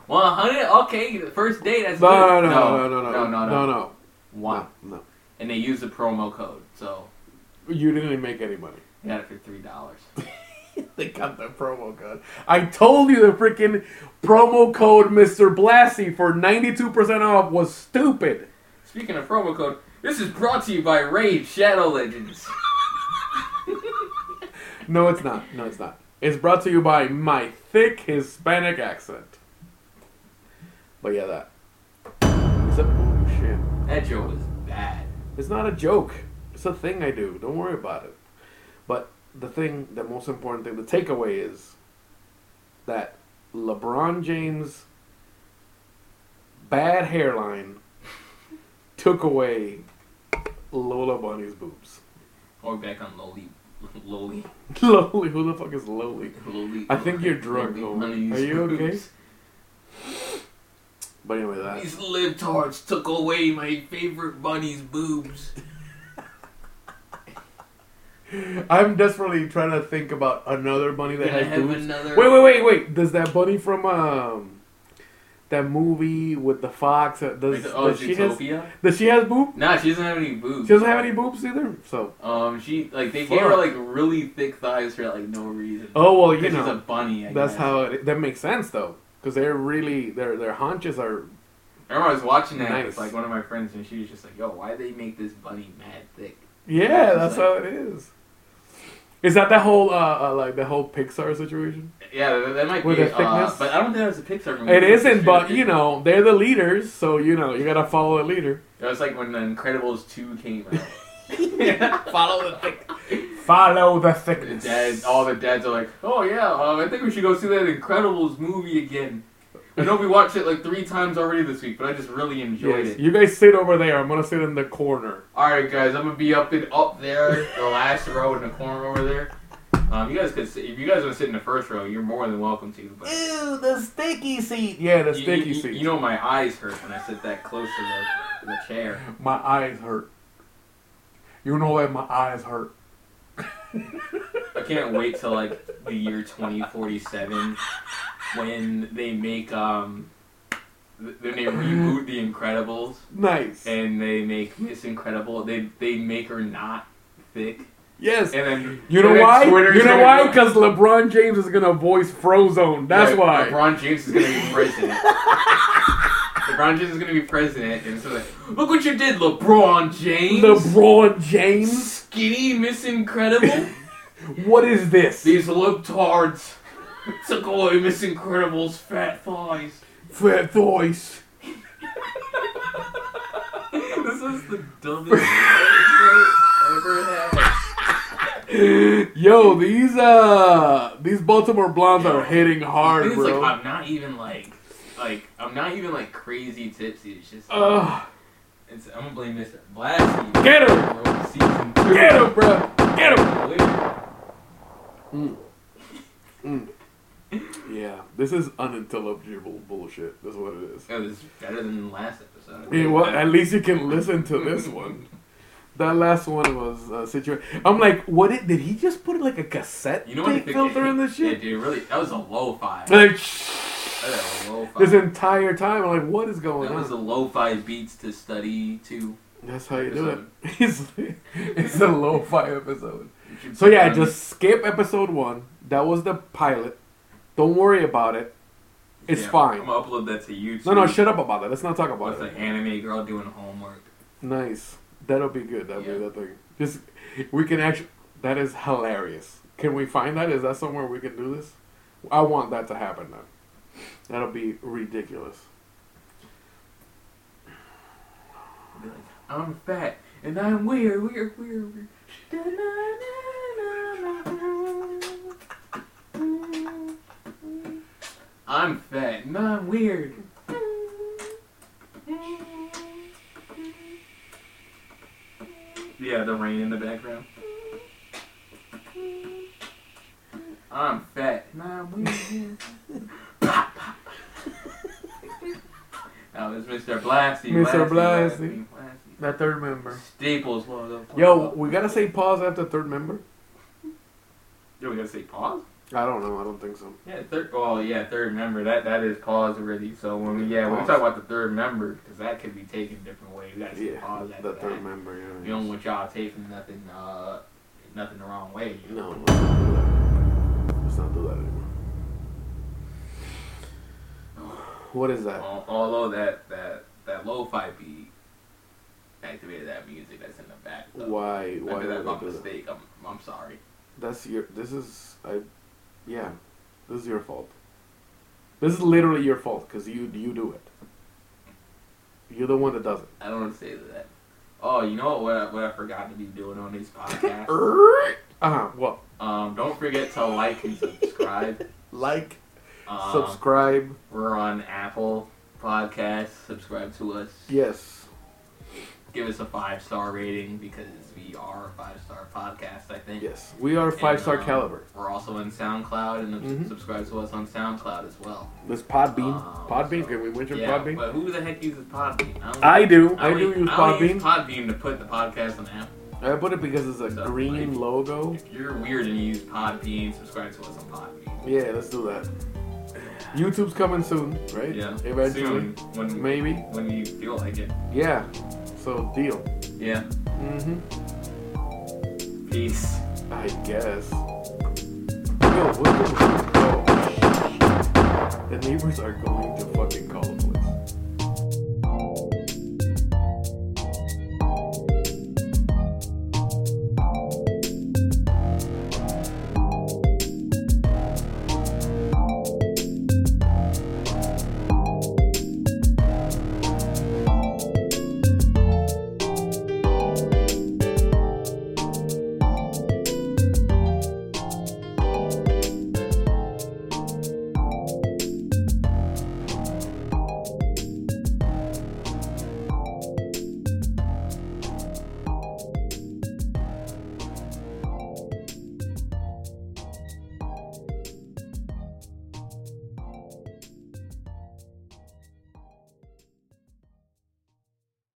A: One hundred. Okay, the first day. That's
B: No, no,
A: good.
B: no, no, no, no,
A: no, no,
B: no,
A: no.
B: no,
A: One.
B: no, no.
A: And they use the promo code, so
B: You didn't make any money.
A: we got it for three dollars.
B: They got the promo code. I told you the freaking promo code Mr. Blassie for 92% off was stupid.
A: Speaking of promo code, this is brought to you by Rage Shadow Legends.
B: No, it's not. No, it's not. It's brought to you by my thick Hispanic accent. But yeah, that. It's a, oh, shit.
A: That joke was bad.
B: It's not a joke. It's a thing I do. Don't worry about it. But the thing, the most important thing, the takeaway is that LeBron James' bad hairline took away Lola Bunny's boobs.
A: Or back on Loli, Loli,
B: Lowly, who the fuck is Lowly?
A: Loli.
B: I think you're drunk, Homer.
A: honey's
B: Are you okay?
A: boobs.
B: But anyway, that
A: These libtards took away my favorite bunny's boobs.
B: I'm desperately trying to think about another bunny that
A: Can I
B: has
A: have
B: boobs.
A: another?
B: Wait, wait, wait, wait. Does that bunny from um that movie with the fox uh, does,
A: Like the- oh,
B: does she has
A: Zootopia?
B: does she has boob?
A: Nah, she doesn't have any boobs.
B: She doesn't have any boobs either. So
A: Um, she like they gave her
B: Fuck.
A: like really thick thighs for like no reason.
B: oh well,
A: 'Cause
B: you
A: she's a
B: know
A: bunny. I
B: that's
A: guess.
B: how it, that makes sense though because they're really their their haunches are
A: I remember I was watching that
B: Nice.
A: with like one of my friends, and she was just like, "Yo, why they make this bunny mad thick?"
B: yeah
A: It's
B: that's
A: like-
B: how it is. Is that the whole uh, uh like the whole Pixar situation?
A: Yeah, that, that might
B: With
A: be.
B: the
A: Uh,
B: thickness?
A: but I don't think that was a Pixar movie.
B: It
A: was a
B: isn't, but
A: shit.
B: you know they're the leaders, so you know you gotta follow a leader.
A: it was like when The Incredibles two came out. Follow the thick.
B: Follow the
A: The
B: thickness.
A: dads, all the dads are like, "Oh yeah, uh, I think we should go see that Incredibles movie again." I know we watched it like three times already this week, but I just really enjoyed it.
B: Yes, you guys sit over there. I'm gonna sit in the corner.
A: All right, guys, I'm gonna be up in up there, the last row in the corner over there. Um, you guys could sit, if you guys want to sit in the first row, you're more than welcome to. But you-
B: Ew, the sticky seat. Yeah, the
A: you,
B: sticky
A: you-
B: seat.
A: you know my eyes hurt when I sit that close to the, the chair.
B: my eyes hurt. You know that my eyes hurt.
A: I can't wait till like the year 2047 when they make um, th- when they reboot The Incredibles
B: Nice.
A: and they make Miss Incredible. They they make her not thick,
B: yes.
A: and then
B: you know
A: and then
B: why?
A: Twitter's
B: You know
A: gonna
B: why?
A: go-
B: Because LeBron James is gonna voice Frozone. That's
A: Yeah,
B: why.
A: LeBron James is gonna be president. LeBron James is gonna be president, and so like, look what you did, LeBron James.
B: LeBron James.
A: skinny Miss Incredible.
B: What is this?
A: These libtards took away Miss Incredible's fat thighs.
B: Fat voice.
A: this is the dumbest thing I've ever had.
B: Yo, these uh, these Baltimore blondes are hitting hard,
A: It's like
B: bro.
A: I'm not even like, like I'm not even like crazy tipsy. It's just,
B: Ugh.
A: it's, I'm gonna blame Mr. Blassie.
B: Uh. Get
A: him. Season two.
B: Get him, bro. Get him.
A: Mm.
B: Mm. Yeah, this is unintelligible bullshit. That's what it is.
A: Oh, this is better than the last episode.
B: Yeah, well, at least you can listen to this one. That last one was uh, situation. I'm like, what did, did he just put like a cassette
A: you know what I
B: tape
A: think?
B: filter in this
A: Yeah,
B: shit?
A: dude, really, that was a lo-fi. That
B: Like, shh,
A: was a lo-fi.
B: this entire time, I'm like, what is going
A: that was
B: on?
A: the lo-fi beats to study to.
B: That's how you do it.
A: episode.
B: It's, it's a lo-fi episode. So yeah, just skip episode one. That was the pilot. Don't worry about it. It's
A: Yeah,
B: fine.
A: I'm gonna upload that to YouTube.
B: No, no, shut up about that. Let's not talk about
A: With
B: it.
A: the anime girl doing homework.
B: Nice. That'll be good. That'll
A: Yeah.
B: be that thing. Just we can actually. That is hilarious. Can we find that? Is that somewhere we can do this? I want that to happen then. That'll be ridiculous.
A: Be like, I'm fat and I'm weird, weird, weird, weird. I'm fat. No, I'm weird. Yeah, the rain in the background. I'm fat. No, I'm weird. that was Mr. Blasty.
B: Mr.
A: Blasty.
B: That third member.
A: Staples logo.
B: Yo, we gotta say pause after third member.
A: Yo, we gotta say pause.
B: I don't know. I don't think so.
A: Yeah, third. Well, yeah, third member. That that is pause already. So when we yeah, when we
B: Pause.
A: talk about the third member, because that could be taken different ways. We gotta say
B: Yeah,
A: pause. after
B: the third
A: that.
B: member. Yeah.
A: We don't want y'all taking nothing, uh, nothing the wrong way.
B: No, let's not do that. Let's not do that anymore. What is that?
A: Al- Although that that that lo-fi beat activated that music that's in the back. though.
B: Why?
A: I
B: Why
A: did that
B: did I
A: by
B: do that?
A: mistake. I'm I'm sorry.
B: That's your. This is. I. Yeah, this is your fault. This is literally your fault because you you do it. You're the one that does it.
A: I don't want to say that. Oh, you know what? What I, what I forgot to be doing on these podcasts.
B: Uh huh. Well,
A: um, don't forget to like and subscribe.
B: like,
A: Um,
B: subscribe.
A: We're on Apple Podcasts. Subscribe to us.
B: Yes.
A: Give us a five star rating because we are a five star podcast. I think.
B: Yes. We are five star
A: um,
B: caliber.
A: We're also on SoundCloud and
B: Mhm.
A: subscribe to us on SoundCloud as well.
B: This Podbean.
A: um,
B: Podbean.
A: so-
B: Can we mention
A: Yeah,
B: Podbean?
A: but who the heck uses Podbean? don't-
B: I do. I,
A: don't
B: do
A: e-
B: use
A: I don't
B: Podbean.
A: use Podbean to put the podcast on Apple.
B: I put it because it's a
A: So,
B: green
A: like-
B: logo.
A: If you're weird and you use Podbean, subscribe to us on Podbean.
B: Yeah, let's do that. YouTube's coming soon, right?
A: Yeah.
B: Eventually.
A: Soon, when
B: Maybe.
A: when you feel like it.
B: Yeah. So deal.
A: Yeah.
B: Mm-hmm.
A: Peace.
B: I guess. Yo, what the? Oh, shit. The neighbors are going to fucking call the police.